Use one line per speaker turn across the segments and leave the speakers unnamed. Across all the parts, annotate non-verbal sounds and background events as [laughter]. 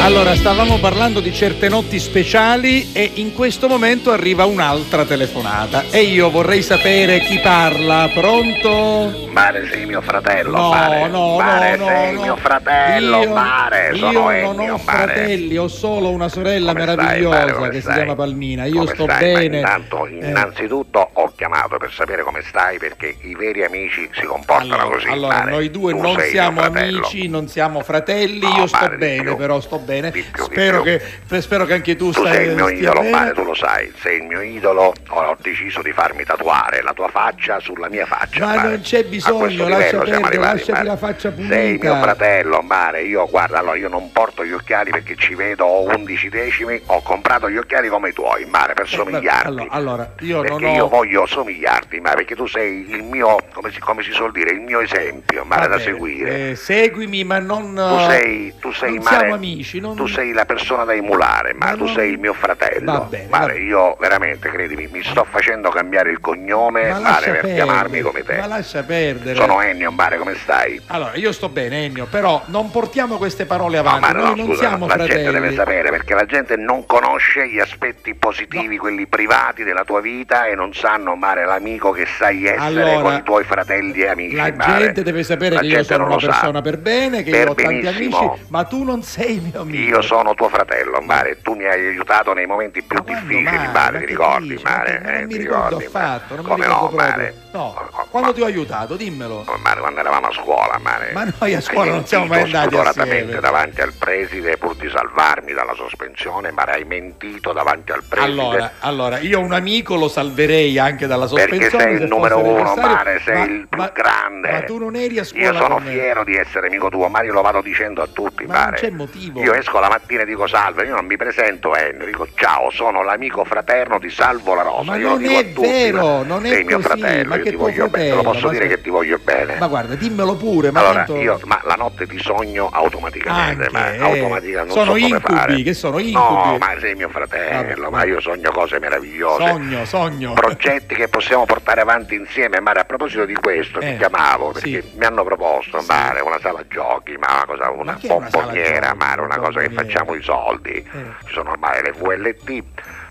Allora, stavamo parlando di certe notti speciali e in questo momento arriva un'altra telefonata e io vorrei sapere chi parla. Pronto?
Mare sei mio fratello,
No,
mare.
no,
mare
no,
sei
no,
mio
no.
fratello,
Io-
mare.
Io
sono Ennio,
non ho
mare.
fratelli, ho solo una sorella
Come stai,
meravigliosa
Mare, come
che si
stai?
chiama Palmina. Io
Come
sto
stai? Ma
bene.
intanto,
Eh,
innanzitutto ho chiamato per sapere come stai perché i veri amici si comportano
allora,
così.
allora,
Mare.
noi due
Tu
non
sei
siamo
mio fratello.
amici, non siamo fratelli,
No,
io sto
Mare, di
bene,
più.
però sto bene.
Di più, di
spero,
più.
Che, spero che anche tu,
Tu
stai
sei il mio
stia
idolo,
bene.
Mare, tu lo sai, sei il mio idolo, ho ho deciso di farmi tatuare la tua faccia sulla mia faccia.
Ma
Mare.
non c'è
A
bisogno,
questo
lascia
livello siamo
perdere,
arrivati,
lasciati
Mare.
la faccia
Sei
pulita.
mio fratello, Mare, io guarda, allora io non porto gli occhiali perché ci vedo ho 11 decimi, ho comprato gli occhiali come i tuoi, Mare, per
Eh, vabbè,
somigliarti.
allora, allora, io
perché
non ho...
io voglio somigliarti, Mare, perché tu sei il mio, come si, come si suol dire, il mio esempio, Mare,
Va
da
bene,
seguire.
eh, seguimi, ma non.
Tu sei, tu sei
Eh, non
Mare,
siamo amici, non-
tu sei la persona da emulare, ma,
Ma
tu
non-
sei il mio fratello.
Va bene,
Mare,
va-
io veramente, credimi, mi sto facendo cambiare il cognome,
ma
Mare,
lascia
per
perdere,
chiamarmi come te.
Ma lascia perdere.
Sono Ennio, Mare, come stai?
Allora, io sto bene, Ennio, però non portiamo queste parole
No,
avanti.
Mare,
Noi
no,
non
scusa,
siamo
la gente
fratelli.
deve sapere perché la gente non conosce gli aspetti positivi, quelli privati della tua vita e non sanno, Mare, l'amico che sai essere
Allora,
con i tuoi fratelli e amici.
La
Mare.
gente deve sapere
La
che io
gente
sono
non
una
lo sa.
persona per bene, che
Per
io ho tanti
benissimo.
amici, ma tu non sei mio amico.
Io sono tuo fratello, Mare, tu mi hai aiutato nei momenti più
Ma quando
difficili,
mai? Ma
Mare, ti
che
ricordi,
dici? Ma
Mare?
che- ma
eh,
non mi
ti
ricordo
ricordi,
affatto,
Mare?
non
Come
mi ricordo
no,
proprio.
Mare?
No,
Ma-
quando
ma-
ti ho aiutato, dimmelo.
ma- Mare, quando eravamo a scuola, Mare.
Ma noi a scuola non siamo mai
Hai mentito
andati
spudoratamente
assieme.
davanti al preside pur di salvarmi dalla sospensione, Mare, hai mentito davanti al preside.
Allora, allora, io un amico lo salverei anche dalla sospensione.
Perché sei
se
il numero
fosse
uno,
necessario,
Mare, sei
ma-
il più
ma-
grande.
Ma tu non eri a scuola
Io sono
con me.
fiero di essere amico tuo, Mario, lo vado dicendo a tutti,
Ma non
Mare.
c'è motivo.
Io esco la mattina e dico salve, io non mi presento, Enrico, dico ciao, sono l'amico fraterno di Salvo la Rosa.
Ma
io
non
lo dico
è
a tutti,
vero,
ma
non è
sei mio
così,
fratello,
ma
io
che
ti
tuo
voglio bene, te lo
fratello,
posso
ma
dire
se-
che ti voglio bene.
Ma guarda, dimmelo pure, ma
allora,
tanto-
io, ma la notte ti sogno automaticamente,
Anche,
ma
eh.
automatica, non
Sono
so come
incubi,
fare.
che sono
No,
incubi.
ma sei mio fratello,
Vabbè,
ma io sogno cose meravigliose
Sogno, sogno.
progetti che possiamo portare avanti insieme. Mare, a proposito di questo,
Eh,
ti chiamavo perché
sì.
mi hanno proposto,
Sì.
Mare, una sala giochi, ma una cosa, una
che è una sala
bomboniera,
giochi,
Mare, una cosa che
bomboniera?
facciamo i soldi. Ci sono ormai le VLT,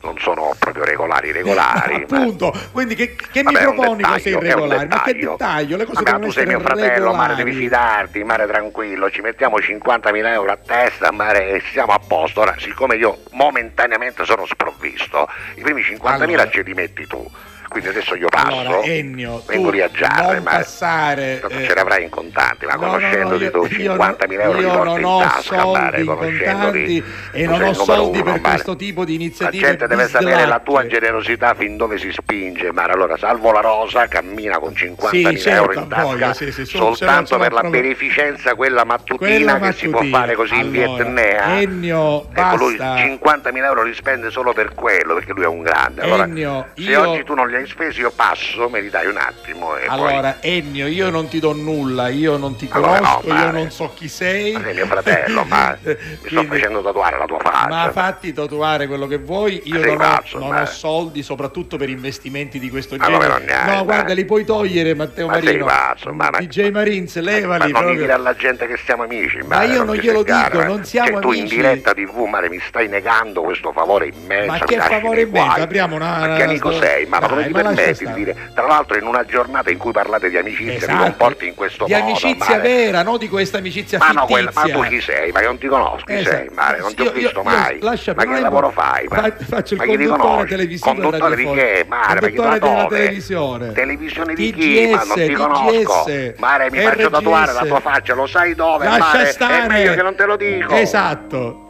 non sono proprio regolari, regolari. ma-
Eh, Appunto, quindi che, che mi
Vabbè, è un
proponi cose
dettaglio, è un
irregolari? Ma che
dettaglio.
dettaglio? Le cose
Vabbè, ma
devono
tu sei
essere
mio fratello, Mare, devi
regolari.
fidarti, Mare, tranquillo, ci mettiamo 50.000 euro a testa, Mare, e siamo a posto. Ora, siccome io momentaneamente sono sprovvisto, i primi 50.000
Allora.
ce li metti tu. Quindi adesso io passo,
Allora, Ennio,
vengo
tu
lì a Giarre,
non
Mare.
passare,
Tanto
eh,
ce li avrai in contanti, ma
No, no, no,
conoscendoti
io-
tu
io
50.000 euro
io
li porti
non
in
ho
tasca, Mare,
soldi in
conoscendoti.
contanti e non
tu sei
ho
il numero
soldi
uno,
per
Mare.
questo tipo Cioè, di iniziative
La gente deve sapere la tua
bislacche.
generosità fin dove si spinge, Mara. Allora, salvo la rosa, cammina con 50.000
Sì, certo,
euro in
ha
tasca
voglia, sì, sì, sono-
soltanto
sono-
per la
sono-
beneficenza, quella mattutina
Quella
che si può
mattutina.
fare così in
Allora,
Vietnea.
Ennio,
Ecco, lui
basta.
50.000 euro li spende solo per quello, perché lui è un grande. Allora,
Ennio,
se
io-
oggi tu non li hai spesi, io passo, me li dai un attimo e poi...
Allora, Ennio, io non ti do nulla, io non ti
Allora no,
conosco, io
Mare.
non so chi sei.
Ma sei
[laughs]
mio fratello, ma mi sto
Quindi-
facendo tatuare la tua faccia.
Ma fatti tatuare quello che vuoi, io
sei
non,
pazzo,
ho, non
ma-
ho soldi, soprattutto per investimenti di questo
Ma
genere.
come non ne hai,
no,
ma-
guarda, li puoi togliere, Matteo
Ma
Marino.
sei pazzo, ma- ma-
DJ Marins, levali
ma non
proprio.
dire alla gente che siamo amici,
Ma
Mare,
io non
ti
glielo
sgara,
dico,
eh.
non siamo
Cioè, tu in
amici.
diretta TV, Mare, mi stai negando questo favore immenso.
Ma
mi
che
lasci nei
favore immenso?
guai.
Apriamo una-
Ma che
una-
amico sei? Ma, ma
Dai,
come ti
ma lascia
permetti di
stare.
dire? Tra l'altro, in una giornata in cui parlate di amicizia,
Esatto.
mi comporti in questo
di
modo.
amicizia
Mare.
vera, no di questa amicizia
Ma,
fittizia.
no, quella- ma tu chi sei? Ma che non ti conosco, chi
Esatto.
sei? Mare, non ti
Io-
ho visto
io-
mai.
io- lascia
ma che
perdere.
lavoro fai? Ma,
Fa- faccio il
ma chi ti
conduttore
conosci?
televisivo
Conduttore di
radiofonico.
che? Mare, ma chi
Conduttore
da
della
dove?
televisione.
Televisione di chi?
TGS,
Ma non ti conosco.
TGS,
Mare, mi faccio
RGS.
tatuare la tua faccia, lo sai dove?
Lascia
Mare,
stare.
è meglio che non te lo dico.
Esatto.